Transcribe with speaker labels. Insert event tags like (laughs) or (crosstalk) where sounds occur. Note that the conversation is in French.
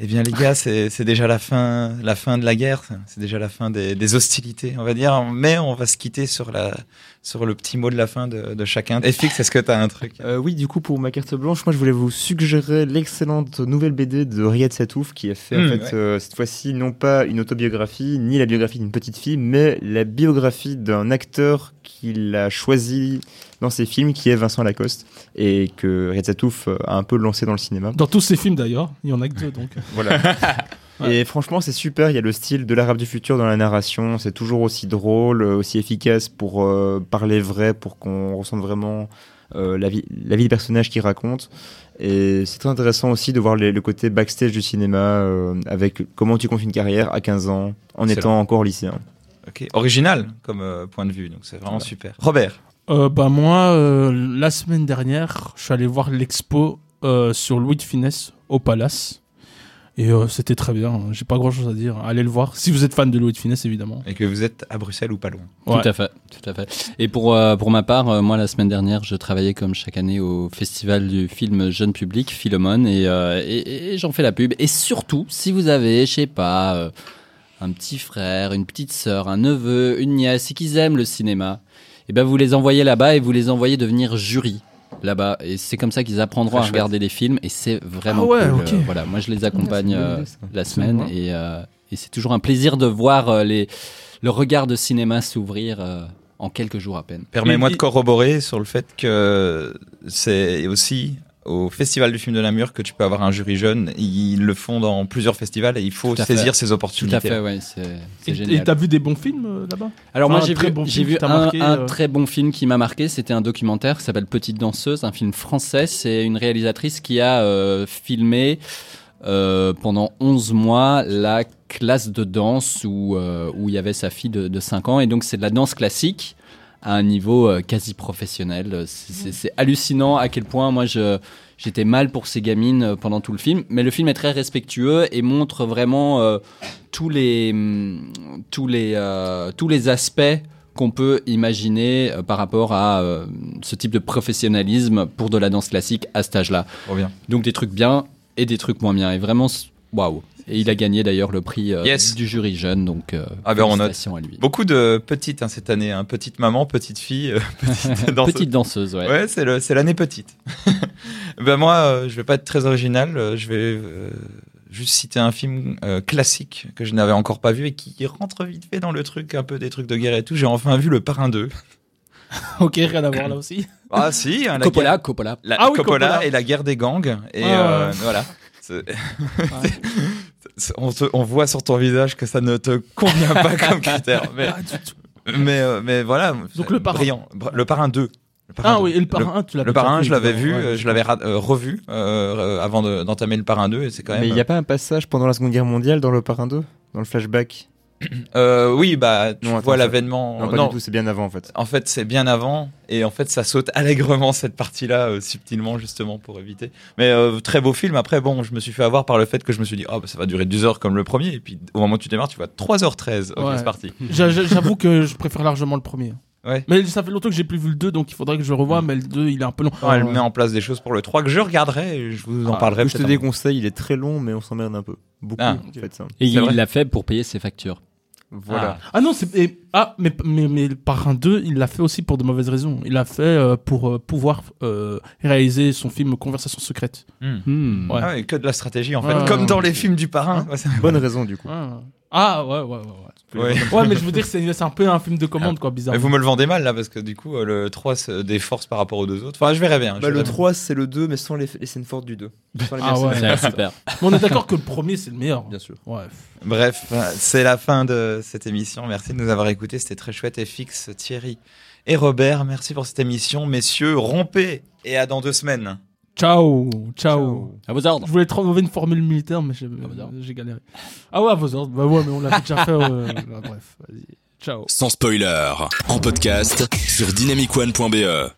Speaker 1: Eh bien, les gars, c'est c'est déjà la fin, la fin de la guerre. C'est déjà la fin des, des hostilités, on va dire. Mais on va se quitter sur la, sur le petit mot de la fin de, de chacun. Et fixe, est-ce que t'as un truc
Speaker 2: Euh, oui, du coup, pour ma carte blanche, moi, je voulais vous suggérer l'excellente nouvelle BD de Riyad Satouf, qui a fait,
Speaker 1: Mmh,
Speaker 2: en fait,
Speaker 1: ouais.
Speaker 2: euh, cette fois-ci, non pas une autobiographie, ni la biographie d'une petite fille, mais la biographie d'un acteur qu'il a choisi dans ses films, qui est Vincent Lacoste, et que Riyad Satouf euh, a un peu lancé dans le cinéma.
Speaker 3: Dans tous ces films d'ailleurs, il y en a que deux donc.
Speaker 1: (laughs)
Speaker 2: Voilà.
Speaker 3: Ouais.
Speaker 2: Et franchement, c'est super. Il y a le style de l'arabe du futur dans la narration. C'est toujours aussi drôle, euh, aussi efficace pour euh, parler vrai, pour qu'on ressente vraiment euh, la, vie, la vie des personnages qu'ils racontent. Et c'est très intéressant aussi de voir les- le côté backstage du cinéma euh, avec comment tu comptes une carrière à 15 ans en
Speaker 1: Excellent.
Speaker 2: étant encore lycéen.
Speaker 1: Ok, original comme euh, point de vue, donc c'est vraiment
Speaker 2: Ouais.
Speaker 1: super. Robert,
Speaker 3: (laughs) Euh, bah moi, euh, la semaine dernière, je suis allé voir l'expo euh, sur Louis de Funès au Palace. Et euh, c'était très bien, j'ai pas grand chose à dire. Allez le voir, si vous êtes fan de Louis de Funès évidemment.
Speaker 1: et que vous êtes à Bruxelles ou pas loin.
Speaker 3: Ouais.
Speaker 4: Tout à fait, tout à fait. Et pour euh, pour ma part, euh, moi la semaine dernière, je travaillais comme chaque année au festival du film jeune public Philomone et, euh, et- et- et j'en fais la pub. Et surtout, si vous avez, je sais pas, euh, un petit frère, une petite sœur, un neveu, une nièce et qu'ils aiment le cinéma, et ben vous les envoyez là-bas et vous les envoyez devenir jury là-bas. Et c'est comme ça qu'ils apprendront à
Speaker 1: Très chouette.
Speaker 4: regarder les films et c'est vraiment
Speaker 3: Ah ouais,
Speaker 4: cool.
Speaker 3: ok.
Speaker 4: Euh, voilà, moi je les accompagne euh, la semaine
Speaker 3: Mhm. Absolument.
Speaker 4: et, euh, et c'est toujours un plaisir de voir euh, les, le regard de cinéma s'ouvrir euh, en quelques jours à peine.
Speaker 1: Permets-moi
Speaker 3: Il-
Speaker 1: de corroborer sur le fait que c'est aussi au Festival du film de Namur que tu peux avoir un jury jeune. Ils le font dans plusieurs festivals et il faut
Speaker 4: Tout à
Speaker 1: saisir ces
Speaker 4: Tout à
Speaker 1: opportunités.
Speaker 4: fait, ouais, c'est c'est
Speaker 3: Et- Et
Speaker 4: génial.
Speaker 3: t'as vu des bons films euh, là-bas
Speaker 4: Alors moi
Speaker 3: Enfin, un
Speaker 4: j'ai
Speaker 3: très
Speaker 4: vu,
Speaker 3: bon
Speaker 4: j'ai
Speaker 3: film
Speaker 4: vu
Speaker 3: qui t'a
Speaker 4: un,
Speaker 3: marqué,
Speaker 4: un
Speaker 3: euh.
Speaker 4: très bon film qui m'a marqué, c'était un documentaire qui s'appelle Petite danseuse, un film français, c'est une réalisatrice qui a euh, filmé euh, pendant 11 mois la classe de danse où, euh, où il y avait sa fille de, de 5 ans et donc c'est de la danse classique à un niveau euh, quasi professionnel. C'est- C'est c'est hallucinant à quel point moi je... J'étais mal pour ces gamines euh, pendant tout le film, mais le film est très respectueux et montre vraiment euh, tous les hum, tous les euh, tous les aspects qu'on peut imaginer euh, par rapport à euh, ce type de professionnalisme pour de la danse classique à cet âge-là.
Speaker 1: Trop bien.
Speaker 4: Donc des trucs bien et des trucs moins bien. Et vraiment, c- waouh. Et il a gagné d'ailleurs le prix euh,
Speaker 1: Yes.
Speaker 4: du jury jeune. Donc, euh,
Speaker 1: Ah ben, on note.
Speaker 4: félicitations à lui.
Speaker 1: Beaucoup de petites hein, cette année, hein. petite maman, petite fille, euh, (laughs) petite danseuse.
Speaker 4: Petite danseuse, ouais.
Speaker 1: Ouais, c'est le- c'est l'année petite. (laughs) ben moi, euh, je vais pas être très original. euh, je vais euh, juste citer un film euh, classique que je n'avais encore pas vu et qui rentre vite fait dans le truc, un peu des trucs de guerre et tout. J'ai enfin vu Le Parrain 2.
Speaker 3: (laughs) Ok, rien à voir là aussi.
Speaker 1: Ah si, hein, la guerre-
Speaker 4: Coppola, Coppola.
Speaker 1: la-
Speaker 3: Ah oui,
Speaker 1: Coppola,
Speaker 3: Coppola. Ah.
Speaker 1: et la guerre des gangs. Et
Speaker 3: Ouais,
Speaker 1: euh,
Speaker 3: ouais.
Speaker 1: voilà. C'est- (laughs) c'est- on, te- on voit sur ton visage que ça ne te convient
Speaker 3: (laughs)
Speaker 1: pas comme critère. Mais,
Speaker 3: Ah, tu- tu-
Speaker 1: mais, euh, mais voilà.
Speaker 3: Donc Le Parrain.
Speaker 1: Brillant. Br- Le Parrain 2. Le Parrain
Speaker 3: (laughs) Ah
Speaker 1: 2.
Speaker 3: oui, et le
Speaker 1: Le-
Speaker 3: parrain, tu l'as
Speaker 1: Le
Speaker 3: pas
Speaker 1: parrain,
Speaker 3: fait,
Speaker 1: je l'avais
Speaker 3: évidemment,
Speaker 1: vu,
Speaker 3: ouais.
Speaker 1: euh, je l'avais ra- euh, revu euh, euh, avant de- d'entamer le parrain 2, et c'est quand même.
Speaker 2: Mais il n'y a pas un passage pendant la Seconde Guerre mondiale dans le parrain 2 Dans le flashback
Speaker 1: Euh, oui, bah, tu
Speaker 2: Non, attends,
Speaker 1: vois
Speaker 2: ça-
Speaker 1: l'avènement.
Speaker 2: Non, pas
Speaker 1: non,
Speaker 2: du tout, c'est bien avant en fait.
Speaker 1: en fait, c'est bien avant, et en fait, ça saute (laughs) allègrement cette partie-là, euh, subtilement, justement, pour éviter. Mais euh, très beau film. Après, bon, je me suis fait avoir par le fait que je me suis dit, oh, bah, ça va durer 2 heures comme le premier, et puis au moment où tu démarres, tu vois 3h13. Ok,
Speaker 3: Ouais.
Speaker 1: c'est parti.
Speaker 3: J'a-
Speaker 1: (laughs)
Speaker 3: j'a- J'avoue que je préfère largement le premier.
Speaker 1: euh, Ouais.
Speaker 3: Mais ça fait longtemps que j'ai plus vu le 2, donc il faudrait que je le revoie, mais le 2, il est un peu long. Euh,
Speaker 1: Non, elle met en place des choses pour le 3 que je regarderai, et je vous en
Speaker 2: Ah,
Speaker 1: parlerai
Speaker 2: Je te
Speaker 1: peut-être un moment.
Speaker 2: déconseille, il est très long, mais on s'emmerde un peu. Beaucoup,
Speaker 1: Ah.
Speaker 2: en fait. ça.
Speaker 4: Et
Speaker 1: C'est vrai.
Speaker 4: il l'a fait pour payer ses factures.
Speaker 2: Voilà.
Speaker 3: Ah non, c'est et- ah mais mais mais le parrain 2, il l'a fait aussi pour de mauvaises raisons. Il l'a fait euh, pour euh, pouvoir euh, réaliser son film Conversation secrète.
Speaker 1: Hmm.
Speaker 4: Hmm.
Speaker 3: Ouais.
Speaker 1: Ah oui, que de la stratégie, en fait.
Speaker 3: Ouais.
Speaker 1: Comme dans les films du parrain. Ouais, ça-
Speaker 2: Bonne raison du coup.
Speaker 3: Ah, Ah, ouais ouais ouais ouais.
Speaker 1: (laughs) Ouais.
Speaker 3: (laughs) Ouais, mais je veux dire c'est c'est un peu un film de commande quoi, bizarre.
Speaker 1: Mais vous me le vendez mal là parce que du coup euh, le 3 se déforce par rapport aux deux autres. Enfin, je verrai bien. je
Speaker 2: Bah, le
Speaker 1: verrai
Speaker 2: 3, c'est le 2, mais sans les, les scènes fortes du
Speaker 3: (laughs)
Speaker 2: 2. Sans les
Speaker 3: Ah
Speaker 2: meilleures
Speaker 3: ouais.
Speaker 2: scènes,
Speaker 4: C'est super.
Speaker 3: Mais on est d'accord que le premier c'est le meilleur.
Speaker 2: bien sûr.
Speaker 3: Ouais.
Speaker 1: bien. Bref, euh, c'est la fin de cette émission. Merci de nous avoir écoutés. C'était très chouette. Et fixe, Thierry et Robert, merci pour cette émission. Messieurs, rompez et à dans deux semaines.
Speaker 3: Ciao, ciao.
Speaker 4: À vos ordres.
Speaker 3: Je voulais trouver une formule militaire mais j'ai
Speaker 4: vos ordres.
Speaker 3: j'ai galéré. Ah ouais, à vos ordres. Bah ouais, mais on l'a déjà fait euh, bah, bref, vas-y. Ciao.
Speaker 5: Sans spoiler, en podcast sur dynamicone.be.